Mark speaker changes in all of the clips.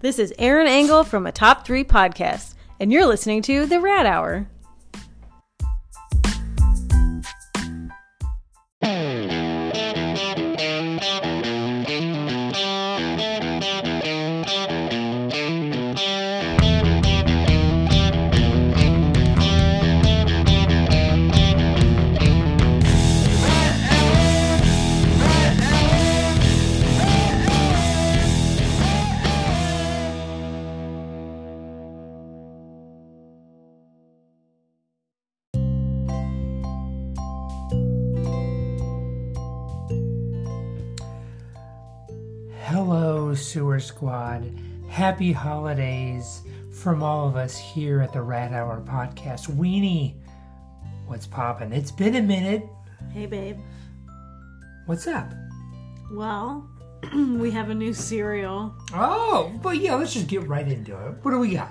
Speaker 1: This is Aaron Angle from a Top 3 podcast, and you're listening to The Rat Hour.
Speaker 2: Hello, Sewer Squad. Happy holidays from all of us here at the Rat Hour podcast. Weenie, what's poppin'? It's been a minute.
Speaker 1: Hey, babe.
Speaker 2: What's up?
Speaker 1: Well, we have a new cereal.
Speaker 2: Oh, but yeah, let's just get right into it. What do we got?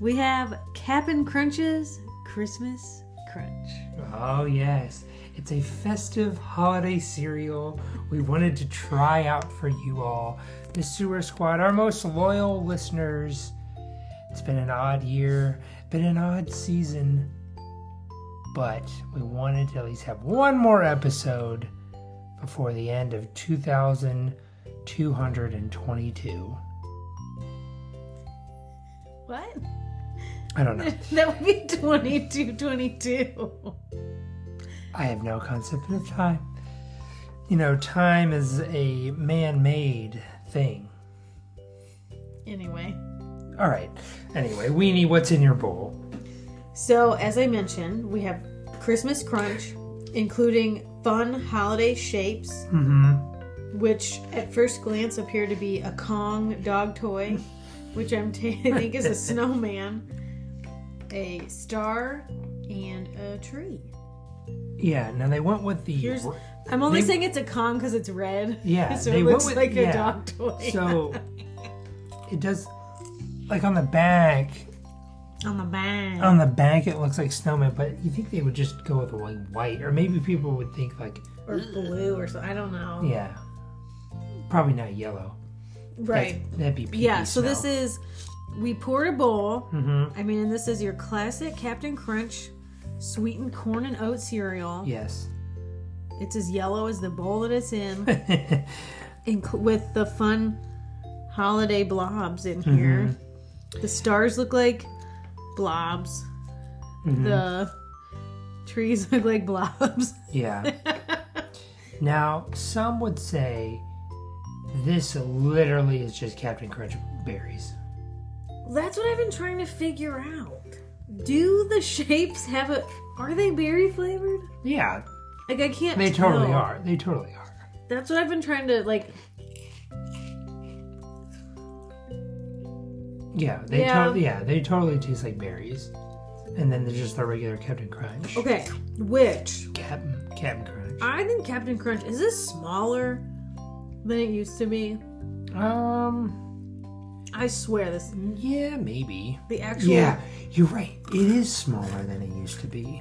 Speaker 1: We have Cap'n Crunch's Christmas Crunch.
Speaker 2: Oh, yes. It's a festive holiday cereal we wanted to try out for you all. The Sewer Squad, our most loyal listeners. It's been an odd year, been an odd season, but we wanted to at least have one more episode before the end of 2,222.
Speaker 1: What?
Speaker 2: I don't know.
Speaker 1: That would be 2222.
Speaker 2: I have no concept of time. You know, time is a man made thing.
Speaker 1: Anyway.
Speaker 2: All right. Anyway, Weenie, what's in your bowl?
Speaker 1: So, as I mentioned, we have Christmas Crunch, including fun holiday shapes,
Speaker 2: Mm-hmm.
Speaker 1: which at first glance appear to be a Kong dog toy, which I'm t- I think is a snowman, a star, and a tree.
Speaker 2: Yeah. Now they went with the.
Speaker 1: Here's- I'm only
Speaker 2: They-
Speaker 1: saying it's a Kong because it's red.
Speaker 2: Yeah,
Speaker 1: so
Speaker 2: they
Speaker 1: it looks
Speaker 2: went with-
Speaker 1: like a
Speaker 2: yeah.
Speaker 1: dog toy.
Speaker 2: so it does, like on the back.
Speaker 1: on the back.
Speaker 2: On the back, it looks like snowman, but you think they would just go with like white, or maybe people would think like,
Speaker 1: or blue or something. I don't know.
Speaker 2: yeah, probably not yellow.
Speaker 1: right.
Speaker 2: That's- that'd be pee-pee
Speaker 1: Yeah, so
Speaker 2: smell.
Speaker 1: this is we poured a bowl.
Speaker 2: Mhm.
Speaker 1: I mean, and this is your classic Captain Crunch sweetened corn and oat cereal.
Speaker 2: yes.
Speaker 1: It's as yellow as the bowl that it's in, inc- with the fun holiday blobs in
Speaker 2: Mm-hmm.
Speaker 1: here. The stars look like blobs.
Speaker 2: Mm-hmm.
Speaker 1: The trees look like blobs.
Speaker 2: Yeah. now, some would say this literally is just Captain Crunch berries.
Speaker 1: That's what I've been trying to figure out. Do the shapes have a? Are they berry flavored?
Speaker 2: Yeah,
Speaker 1: Like I can't.
Speaker 2: they totally
Speaker 1: tell.
Speaker 2: are. They totally are.
Speaker 1: That's what I've been trying to like.
Speaker 2: Yeah, they
Speaker 1: Yeah.
Speaker 2: totally yeah, they totally taste like berries. And then there's just the regular Captain Crunch.
Speaker 1: Okay, which
Speaker 2: Captain Captain Crunch.
Speaker 1: I think Captain Crunch is this smaller than it used to be.
Speaker 2: Um
Speaker 1: I swear this
Speaker 2: yeah, maybe.
Speaker 1: the actual.
Speaker 2: Yeah, you're right. It is smaller than it used to be.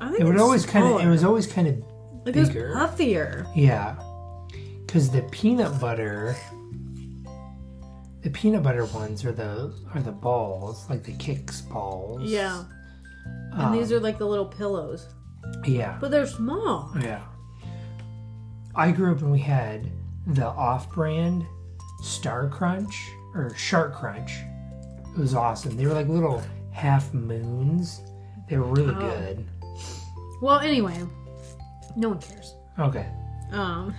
Speaker 1: I think
Speaker 2: It would
Speaker 1: it's
Speaker 2: always kind of it
Speaker 1: smaller.
Speaker 2: was always kind of
Speaker 1: like it was
Speaker 2: bigger.
Speaker 1: puffier.
Speaker 2: Yeah. Cause the peanut butter the peanut butter ones are the are the balls, like the kicks balls.
Speaker 1: Yeah, and
Speaker 2: Um,
Speaker 1: these are like the little pillows,
Speaker 2: Yeah.
Speaker 1: but they're small.
Speaker 2: Yeah. I grew up and we had the off brand Star Crunch or Shark Crunch. It was awesome. They were like little half moons. They were really
Speaker 1: Oh.
Speaker 2: good.
Speaker 1: Well, anyway, no one cares.
Speaker 2: Okay.
Speaker 1: Um,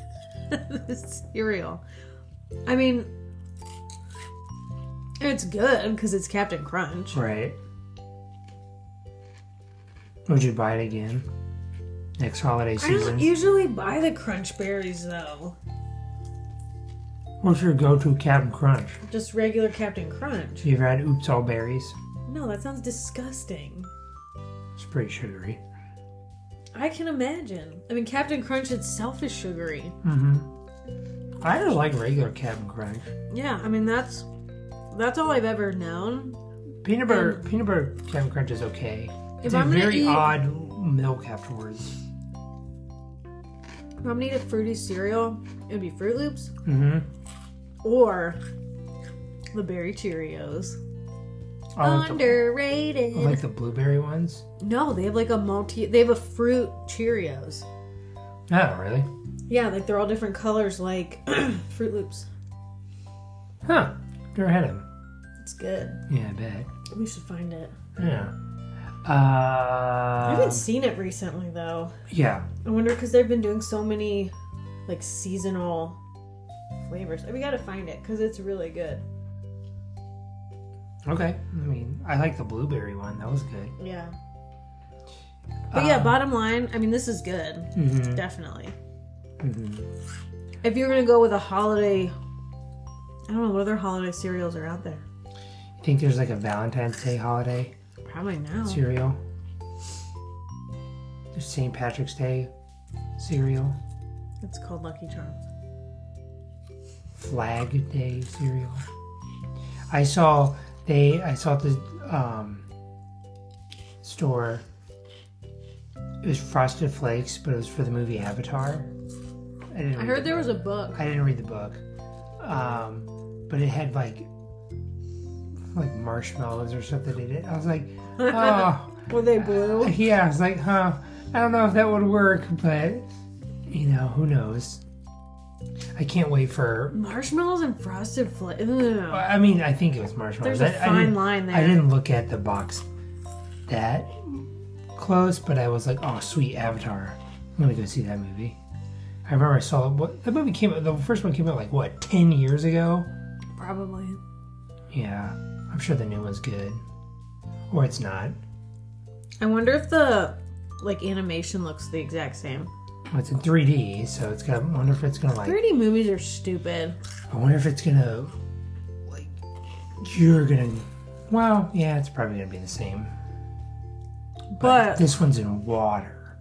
Speaker 1: this cereal. I mean, it's good because it's Captain Crunch.
Speaker 2: Right. Would you buy it again? Next holiday
Speaker 1: I don't e-
Speaker 2: season?
Speaker 1: usually buy the crunch berries though.
Speaker 2: What's your go to Captain Crunch?
Speaker 1: Just regular Captain Crunch.
Speaker 2: You've had Oops All Berries?
Speaker 1: No, that sounds disgusting.
Speaker 2: It's pretty sugary.
Speaker 1: I can imagine. I mean, Captain Crunch itself is sugary.
Speaker 2: Mm-hmm. I just like regular Captain Crunch.
Speaker 1: Yeah, I mean that's that's all I've ever known.
Speaker 2: Peanut butter, peanut butter jam crunch is okay. It's a
Speaker 1: I'm gonna
Speaker 2: very
Speaker 1: eat-
Speaker 2: odd milk afterwards.
Speaker 1: If I'm gonna eat a fruity cereal, it would be Fruit Loops
Speaker 2: Mm-hmm.
Speaker 1: or The berry Cheerios.
Speaker 2: I like, the,
Speaker 1: Underrated.
Speaker 2: I like the blueberry ones.
Speaker 1: no, they have like a multi. They have a fruit Cheerios.
Speaker 2: Oh, really?
Speaker 1: Yeah, like they're all different colors, like Fruit Loops.
Speaker 2: Huh. Never had them.
Speaker 1: It's good.
Speaker 2: Yeah, I bet.
Speaker 1: We should find it.
Speaker 2: Yeah.
Speaker 1: I
Speaker 2: Uh,
Speaker 1: haven't seen it recently though.
Speaker 2: yeah.
Speaker 1: I wonder because they've been doing so many like seasonal flavors. We gotta find it because it's really good.
Speaker 2: Okay. I mean, I like the blueberry one. That was good.
Speaker 1: Yeah. But yeah,
Speaker 2: Um,
Speaker 1: bottom line, I mean, this is good.
Speaker 2: mhm,
Speaker 1: Definitely.
Speaker 2: mhm.
Speaker 1: If you're gonna go with a holiday, I don't know what other holiday cereals are out there.
Speaker 2: You think there's like a Valentine's Day holiday
Speaker 1: Probably now.
Speaker 2: cereal? There's St. Patrick's Day cereal,
Speaker 1: It's called Lucky Charms.
Speaker 2: Flag Day cereal. I saw they. I saw the um, store. It was Frosted Flakes, but it was for the movie Avatar. I, didn't
Speaker 1: I
Speaker 2: read
Speaker 1: heard
Speaker 2: the
Speaker 1: there
Speaker 2: book.
Speaker 1: was a book.
Speaker 2: I didn't read the book, um, but it had like like marshmallows or something in it. I was like, oh
Speaker 1: Were they blue?
Speaker 2: yeah. I was like, huh. I don't know if that would work, but you know, who knows? I can't wait for.
Speaker 1: Marshmallows and frosted flakes.
Speaker 2: I mean, I think it was marshmallows.
Speaker 1: There's a
Speaker 2: I- I
Speaker 1: fine
Speaker 2: didn't-
Speaker 1: line
Speaker 2: I
Speaker 1: there.
Speaker 2: didn't look at the box that close, but I was like, oh, sweet Avatar. I'm gonna go see that movie. I remember I saw what that movie came out. The first one came out like what ten years ago.
Speaker 1: Probably.
Speaker 2: Yeah, I'm sure the new one's good, or it's not.
Speaker 1: I wonder if the like animation looks the exact same.
Speaker 2: Well, it's in 3D, so it's gonna. I wonder if it's gonna like.
Speaker 1: 3D movies are stupid.
Speaker 2: I wonder if it's gonna like you're gonna. Well, yeah, it's probably gonna be the same.
Speaker 1: But
Speaker 2: This one's in water.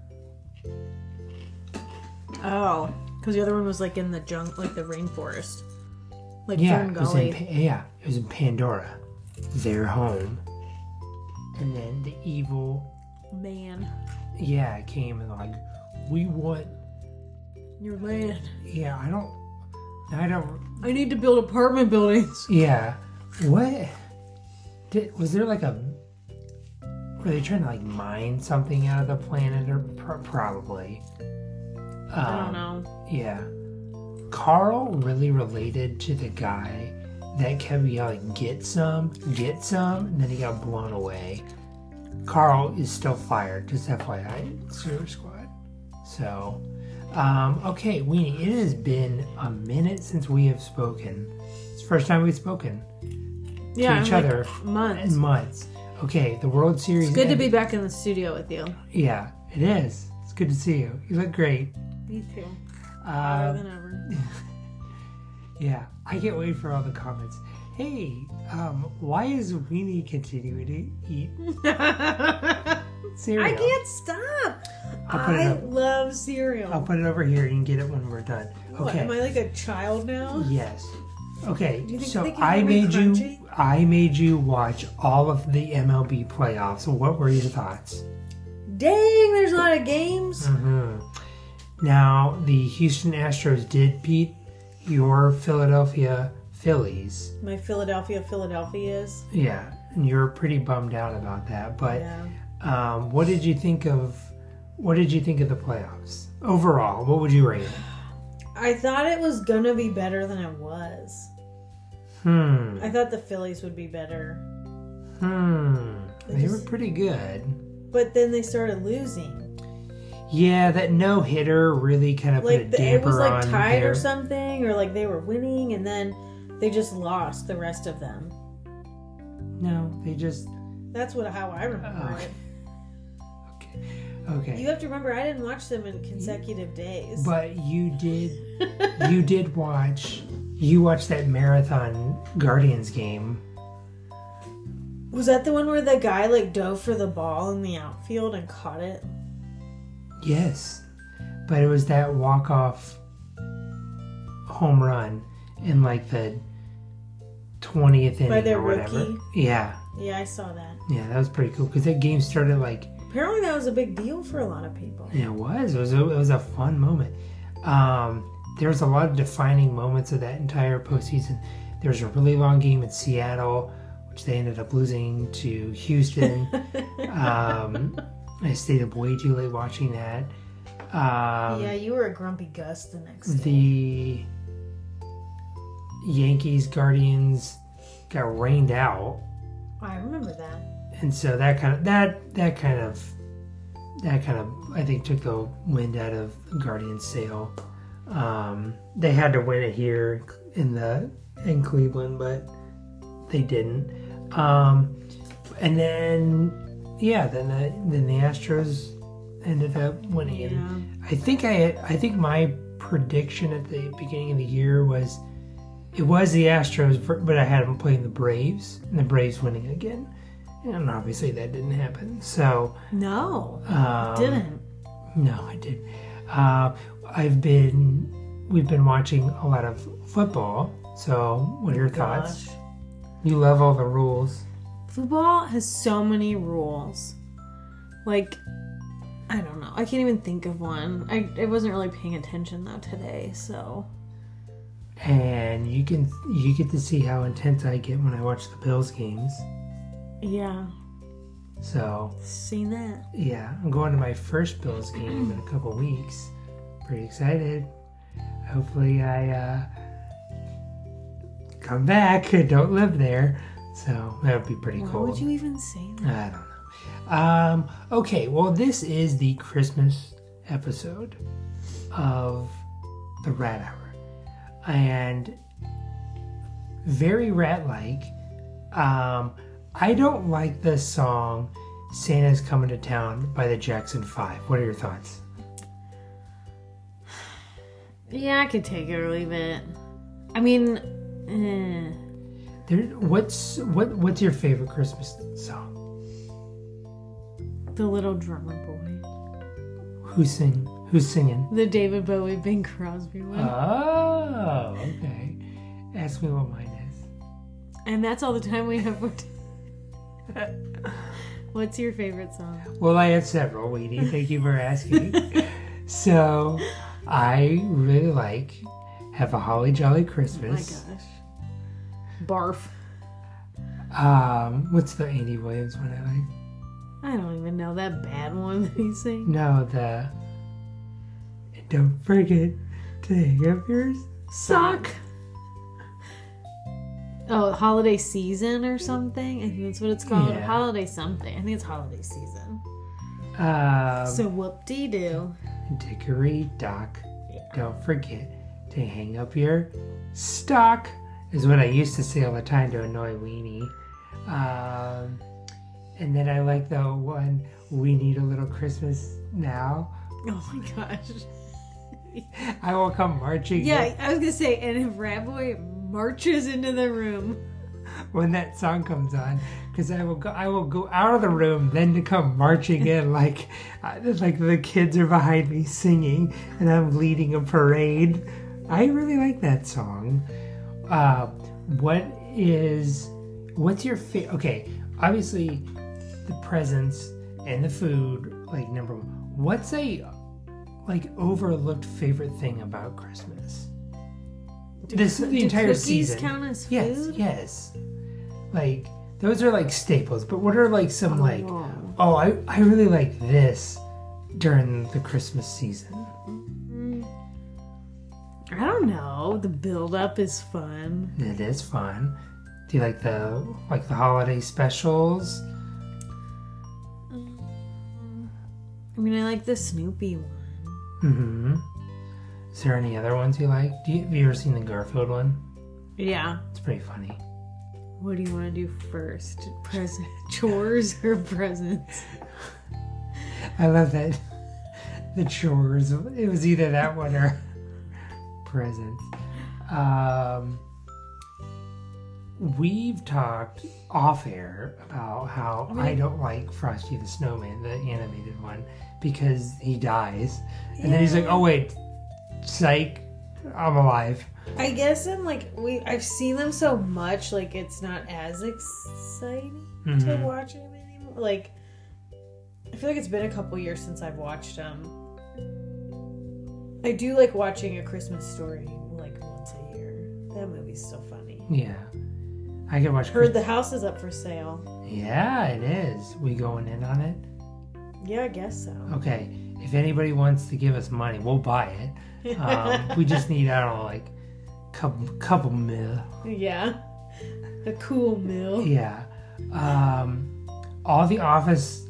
Speaker 1: oh, because the other one was like in the junk, like the rainforest, like
Speaker 2: Yeah,
Speaker 1: Fern
Speaker 2: it was in,
Speaker 1: Gully.
Speaker 2: Pa- yeah, it was in Pandora, their home, and then the evil.
Speaker 1: Man,
Speaker 2: Yeah, came and like, we want.
Speaker 1: you're land.
Speaker 2: Yeah, I don't. I don't
Speaker 1: I need to build apartment buildings.
Speaker 2: Yeah. What? Did, was there like a. Were they trying to like mine something out of the planet? Or pro- probably. Um,
Speaker 1: I don't know.
Speaker 2: Yeah. Carl really related to the guy that kept yelling, "Get some, get some," and then he got blown away. Carl is still fired. Just FYI, Sewer Squad. So, um, okay, Weenie, it has been a minute since we have spoken. It's the first time we've spoken
Speaker 1: Yeah,
Speaker 2: to each
Speaker 1: I'm, like,
Speaker 2: other in
Speaker 1: months.
Speaker 2: months. Okay, the World Series.
Speaker 1: It's good to be back in the studio with you.
Speaker 2: Yeah, it is. It's good to see you. You look great.
Speaker 1: Me too. Better
Speaker 2: Um,
Speaker 1: than ever.
Speaker 2: Yeah, I can't wait for all the comments. Hey, um, why is Weenie continuing to eat cereal?
Speaker 1: I can't stop.
Speaker 2: I'll put it
Speaker 1: I
Speaker 2: up.
Speaker 1: love cereal.
Speaker 2: I'll put it over here. You can get it when we're done.
Speaker 1: What,
Speaker 2: Okay.
Speaker 1: am I like a child now?
Speaker 2: Yes. Okay.
Speaker 1: Do you think
Speaker 2: so
Speaker 1: they can
Speaker 2: I
Speaker 1: hear me
Speaker 2: made
Speaker 1: crunching?
Speaker 2: you. I made you watch all of the MLB playoffs. What were your thoughts?
Speaker 1: Dang, there's a lot of games. Mm-hmm.
Speaker 2: hmm Now the Houston Astros did beat your Philadelphia Phillies.
Speaker 1: My Philadelphia, Philadelphia is.
Speaker 2: Yeah, and you're pretty bummed out about that, but.
Speaker 1: Yeah.
Speaker 2: Um, what did you think of? What did you think of the playoffs overall? What would you rate it?
Speaker 1: I thought it was gonna be better than it was.
Speaker 2: Hmm.
Speaker 1: I thought the Phillies would be better,
Speaker 2: Hmm. They were
Speaker 1: just-
Speaker 2: pretty good.
Speaker 1: but then they started losing.
Speaker 2: Yeah, that no hitter really kind of
Speaker 1: Like
Speaker 2: put a
Speaker 1: the, it
Speaker 2: damper
Speaker 1: was like
Speaker 2: on
Speaker 1: tied
Speaker 2: their.
Speaker 1: or something, or like they were winning and then they just lost the rest of them.
Speaker 2: No, they just.
Speaker 1: That's what how I remember
Speaker 2: Oh,
Speaker 1: it.
Speaker 2: Okay. Okay.
Speaker 1: You have to remember, I didn't watch them in consecutive days.
Speaker 2: but you did. you did watch. You watched that marathon Guardians game.
Speaker 1: was that the one where the guy like dove for the ball in the outfield and caught it?
Speaker 2: Yes, but it was that walk off home run in like the twentieth inning
Speaker 1: their
Speaker 2: or whatever.
Speaker 1: rookie?
Speaker 2: Yeah,
Speaker 1: Yeah, I saw that.
Speaker 2: yeah, that was pretty cool because that game started like
Speaker 1: Apparently, that was a big deal for a lot of people.
Speaker 2: it was. It was a, it was a fun moment. Um, there was a lot of defining moments of that entire postseason. There was a really long game in Seattle, which they ended up losing to Houston. um, I stayed up way too late watching that. Um,
Speaker 1: yeah, you were a grumpy Gus the next day.
Speaker 2: the Yankees Guardians got rained out,
Speaker 1: I remember that.
Speaker 2: and so that kind of that that kind of that kind of I think took the wind out of Guardians' sail. Um, they had to win it here in the in Cleveland, but they didn't. Um, and then yeah, then the, then the Astros ended up winning. it.
Speaker 1: Yeah.
Speaker 2: I think I I think my prediction at the beginning of the year was it was the Astros, ver- but I had them playing the Braves and the Braves winning again, and obviously that didn't happen. So
Speaker 1: No,
Speaker 2: um,
Speaker 1: didn't.
Speaker 2: no, I did. Uh, I've been we've been watching a lot of football. So what are your thoughts?
Speaker 1: Gosh.
Speaker 2: You love all the rules.
Speaker 1: Football has so many rules. Like, I don't know. I can't even think of one. I, I wasn't really paying attention though today, so.
Speaker 2: And you can you get to see how intense I get when I watch the Bills games.
Speaker 1: Yeah,
Speaker 2: So
Speaker 1: seen that.
Speaker 2: Yeah, I'm going to my first Bills game in a couple weeks. Pretty excited. Hopefully, I uh, come back. I don't live there, so that would be pretty
Speaker 1: Why
Speaker 2: cool.
Speaker 1: would you even say that?
Speaker 2: I don't know. Um, okay, well, this is the Christmas episode of the Rat Hour. And very rat like. Um, I don't like the song Santa's Coming to Town by the Jackson Five. What are your thoughts?
Speaker 1: Yeah, I could take it or leave it. I mean, eh.
Speaker 2: There, what's what? What's your favorite Christmas song?
Speaker 1: the little drummer boy.
Speaker 2: Who's sing? Who's singing?
Speaker 1: The David Bowie, Bing Crosby one.
Speaker 2: Oh, okay. Ask me what mine is.
Speaker 1: and that's all the time we have for today. What's your favorite song?
Speaker 2: Well, I have several, Weedy. Thank you for asking. so, I really like Have a Holly Jolly
Speaker 1: Oh my
Speaker 2: Christmas.
Speaker 1: gosh. Barf.
Speaker 2: um, what's the Andy Williams one I like?
Speaker 1: I don't even know that bad one that he sang.
Speaker 2: No, the And Don't Forget to Hang Up Yours.
Speaker 1: Sock. Oh, holiday season or something. I think that's what it's called.
Speaker 2: Yeah.
Speaker 1: Holiday something. I think it's holiday season.
Speaker 2: Um,
Speaker 1: so whoop de doo.
Speaker 2: Dickory Dock, don't forget to hang up your stock, is what I used to say all the time to annoy Weenie. Um, and then I like the one, We Need a Little Christmas Now.
Speaker 1: Oh my gosh.
Speaker 2: I will come marching
Speaker 1: Yeah, I was gonna say, and if Rat Boy marches into the room,
Speaker 2: when that song comes on, because I will go, I will go out of the room, then to come marching in like, I- like the kids are behind me singing, and I'm leading a parade. I really like that song. Uh, what is, what's your favorite? Okay, obviously, the presents and the food, like number one. What's a like overlooked favorite thing about Christmas? This
Speaker 1: do
Speaker 2: the entire
Speaker 1: cookies
Speaker 2: season.
Speaker 1: count as food?
Speaker 2: Yes, yes. Like those are like staples, but what are like some like
Speaker 1: Oh.
Speaker 2: oh I, I really like this during the Christmas season.
Speaker 1: I don't know. The build up is fun.
Speaker 2: It is fun. Do you like the like the holiday specials?
Speaker 1: I mean, I like the Snoopy one.
Speaker 2: Mm-hmm. Is there any other ones you like? Do you, have you ever seen the Garfield one?
Speaker 1: Yeah.
Speaker 2: It's pretty funny.
Speaker 1: What do you want to do first? Present chores or presents?
Speaker 2: I love that the chores. It was either that one or presents. Um, we've talked off air about how I don't like Frosty the Snowman, the animated one, because he dies, and then he's like, "Oh wait, psych, I'm alive."
Speaker 1: I guess I'm like we. I've seen them so much, like it's not as exciting to
Speaker 2: Mhm.
Speaker 1: watch them anymore. Like I feel like it's been a couple years since I've watched them. I do like watching A Christmas Story like once a year. That movie's so funny.
Speaker 2: Yeah. I could watch.
Speaker 1: Heard the house is up for sale.
Speaker 2: yeah, it is. We going in on it?
Speaker 1: Yeah, I guess so.
Speaker 2: Okay. If anybody wants to give us money, we'll buy it. Um, we just need, I don't know, like couple couple mil.
Speaker 1: Yeah. A cool mill.
Speaker 2: Yeah. Um, all the Office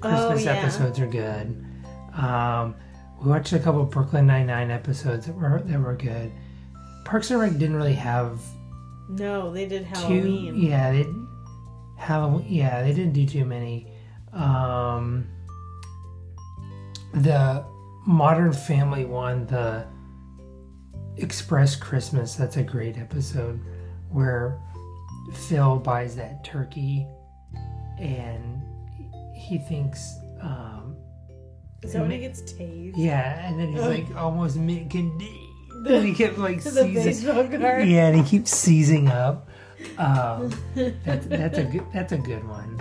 Speaker 2: Christmas
Speaker 1: Oh, yeah.
Speaker 2: episodes are good. Um, we watched a couple Brooklyn Nine Nine episodes that were that were good. Parks and Rec didn't really have
Speaker 1: No, they did
Speaker 2: too.
Speaker 1: Halloween.
Speaker 2: Yeah, they Halloween. Yeah, they didn't do too many. Um, the Modern Family one, the Express Christmas. That's a great episode where Phil buys that turkey, and he thinks. Um,
Speaker 1: Is that when he gets tased?
Speaker 2: yeah, and then he's
Speaker 1: Oh.
Speaker 2: like almost mid. And he kept like
Speaker 1: To the
Speaker 2: seizing-
Speaker 1: baseball card.
Speaker 2: yeah, and he keeps seizing up. Um, that's, that's a good. That's a good one.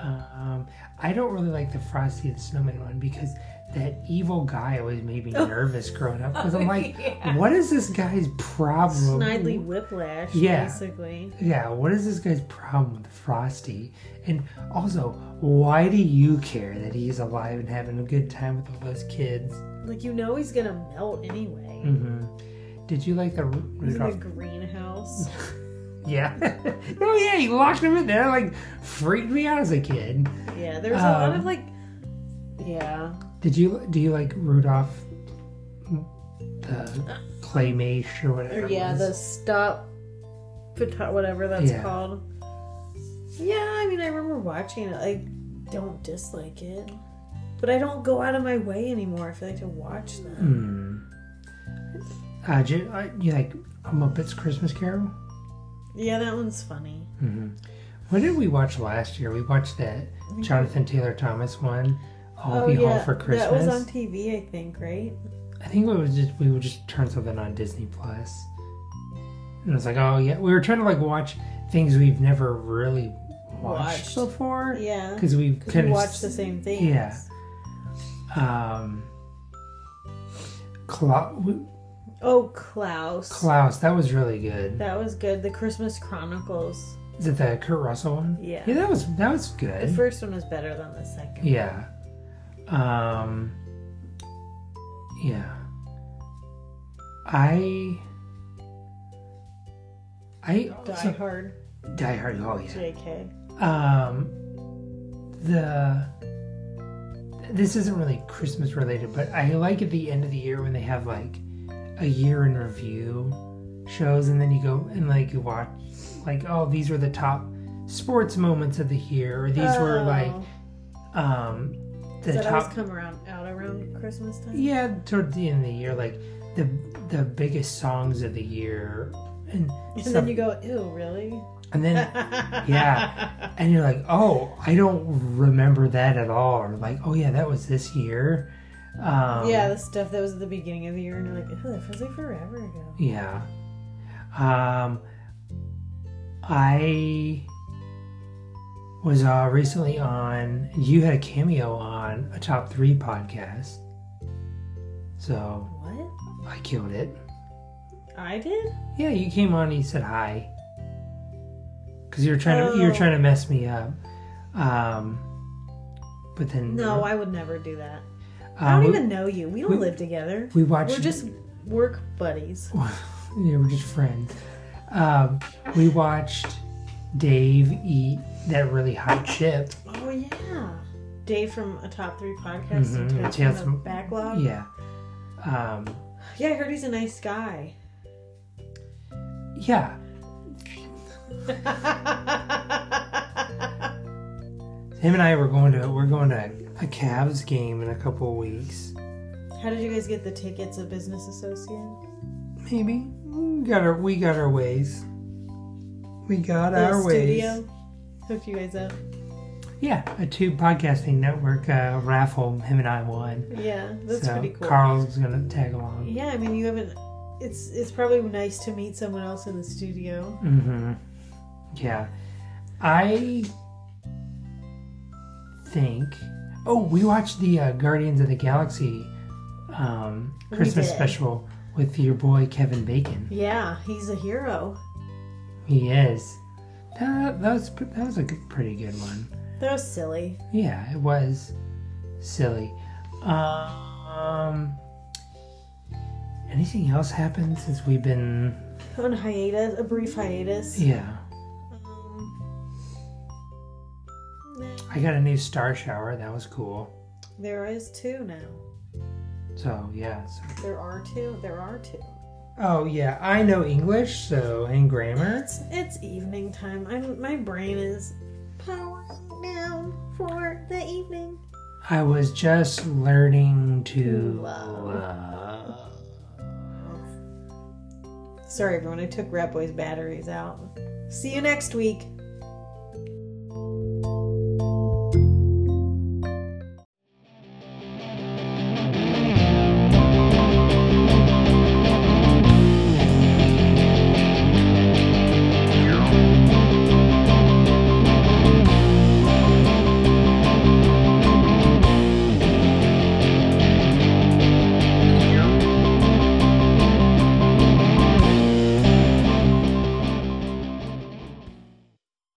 Speaker 2: Um, I don't really like the Frosty and Snowman one because that evil guy always made me nervous growing up. Because I'm like,
Speaker 1: Oh. Yeah.
Speaker 2: what is this guy's problem?
Speaker 1: Snidely whiplash,
Speaker 2: Yeah.
Speaker 1: basically.
Speaker 2: Yeah, what is this guy's problem with Frosty? And also, why do you care that he's alive and having a good time with all those kids?
Speaker 1: Like you know he's gonna melt anyway.
Speaker 2: hmm Did you like the Ru-
Speaker 1: He's in
Speaker 2: Rudolph
Speaker 1: the greenhouse.
Speaker 2: Yeah. oh yeah, he locked him in there. Like freaked me out as a kid.
Speaker 1: Yeah, there's a lot
Speaker 2: Um,
Speaker 1: of like Yeah.
Speaker 2: Did you do you like Rudolph the clay mace or whatever?
Speaker 1: Or
Speaker 2: it
Speaker 1: yeah,
Speaker 2: was?
Speaker 1: the stop photo- whatever that's
Speaker 2: Yeah.
Speaker 1: called. Yeah, I mean I remember watching it. I don't dislike it. But I don't go out of my way anymore if I like to watch them.
Speaker 2: Hmm. Uh, do you, uh, you like a Muppets Christmas Carol?
Speaker 1: Yeah, that one's funny.
Speaker 2: Mm-hmm. What did we watch last year? We watched that Jonathan Taylor Thomas one. I'll be home for
Speaker 1: Oh, that
Speaker 2: Christmas.
Speaker 1: was on TV, I think, right?
Speaker 2: I think we was just we would just turn something on Disney Plus. And it's like, oh yeah, we were trying to like watch things we've never really
Speaker 1: Watched.
Speaker 2: watched, before.
Speaker 1: Yeah,
Speaker 2: because we
Speaker 1: because
Speaker 2: kind
Speaker 1: we
Speaker 2: of
Speaker 1: watch the same things.
Speaker 2: yeah. um, Cla- w-
Speaker 1: Oh, Klaus.
Speaker 2: Klaus. That was really good.
Speaker 1: That was good. The Christmas Chronicles.
Speaker 2: Is it the Kurt Russell one?
Speaker 1: Yeah.
Speaker 2: yeah, that was that was
Speaker 1: The
Speaker 2: good.
Speaker 1: first one was better than the second.
Speaker 2: yeah, um, yeah. I. I
Speaker 1: Die
Speaker 2: so-
Speaker 1: Hard.
Speaker 2: Die Hard. Oh yeah.
Speaker 1: Jk.
Speaker 2: Um, the this isn't really Christmas related, but I like at the end of the year when they have like a year in review shows, and then you go and like you watch like oh these were the top sports moments of the year, or these were
Speaker 1: Oh.
Speaker 2: like um the
Speaker 1: Does that
Speaker 2: top
Speaker 1: always come around out around Christmas time?
Speaker 2: yeah toward the end of the year like the the biggest songs of the year and
Speaker 1: And
Speaker 2: stuff-
Speaker 1: then you go, ew, really?
Speaker 2: and
Speaker 1: Uh,
Speaker 2: then Yeah. and you're like, oh, I don't remember that at all. Or like, oh yeah, that was this year. Um,
Speaker 1: yeah, the stuff that was at the beginning of the year, and you're like, ew, that feels like forever ago.
Speaker 2: Yeah. Um, I was uh, recently on. You had a cameo on a top three podcast, so
Speaker 1: What?
Speaker 2: I killed it.
Speaker 1: I did?
Speaker 2: Yeah, you came on and you said hi. Cause you were trying to you were
Speaker 1: Oh.
Speaker 2: trying to mess me up, um, but then
Speaker 1: No, I would never do that. I
Speaker 2: Mm-hmm. Um,
Speaker 1: don't
Speaker 2: we-
Speaker 1: even know you. We don't
Speaker 2: we-
Speaker 1: live together.
Speaker 2: We watched.
Speaker 1: We're just work buddies.
Speaker 2: yeah, we're just friends. Um, we watched Dave eat that really hot chip.
Speaker 1: Oh yeah. Dave from a top three podcast.
Speaker 2: Mhm,
Speaker 1: Tales
Speaker 2: and
Speaker 1: from
Speaker 2: Tales
Speaker 1: the
Speaker 2: from-
Speaker 1: backlog.
Speaker 2: Yeah. Um,
Speaker 1: Yeah, I heard he's a nice guy.
Speaker 2: yeah. Him and I were going to we're going to a Cavs game in a couple of weeks.
Speaker 1: How did you guys get the tickets of Business Associate?
Speaker 2: Maybe we got our we got our ways. We got
Speaker 1: The
Speaker 2: our ways.
Speaker 1: studio hooked you guys up.
Speaker 2: Yeah, a tube podcasting network uh, raffle. Him and I won.
Speaker 1: Yeah, that's
Speaker 2: so
Speaker 1: pretty cool.
Speaker 2: Carl's gonna tag along.
Speaker 1: yeah, I mean you haven't. It's it's probably nice to meet someone else in the studio.
Speaker 2: Mm-hmm. Yeah. I think. Oh, we watched the uh, Guardians of the Galaxy um,
Speaker 1: We
Speaker 2: Christmas
Speaker 1: did.
Speaker 2: special with your boy Kevin Bacon.
Speaker 1: Yeah, he's a hero.
Speaker 2: He is. That, that was pr- that was a good, pretty good one.
Speaker 1: That was silly.
Speaker 2: Yeah, it was silly. Um, anything else happened since we've been?
Speaker 1: On hiatus, a brief hiatus.
Speaker 2: Yeah,
Speaker 1: Um,
Speaker 2: I got a new star shower. That was cool.
Speaker 1: there is two now.
Speaker 2: So yeah. So,
Speaker 1: There are two. There are two.
Speaker 2: oh yeah, I know English, so and grammar.
Speaker 1: It's it's evening time. I'm my brain is powering down for the evening.
Speaker 2: I was just learning to uh,
Speaker 1: Love.
Speaker 2: love.
Speaker 1: Sorry everyone, I took Rat Boy's batteries out. See you next week.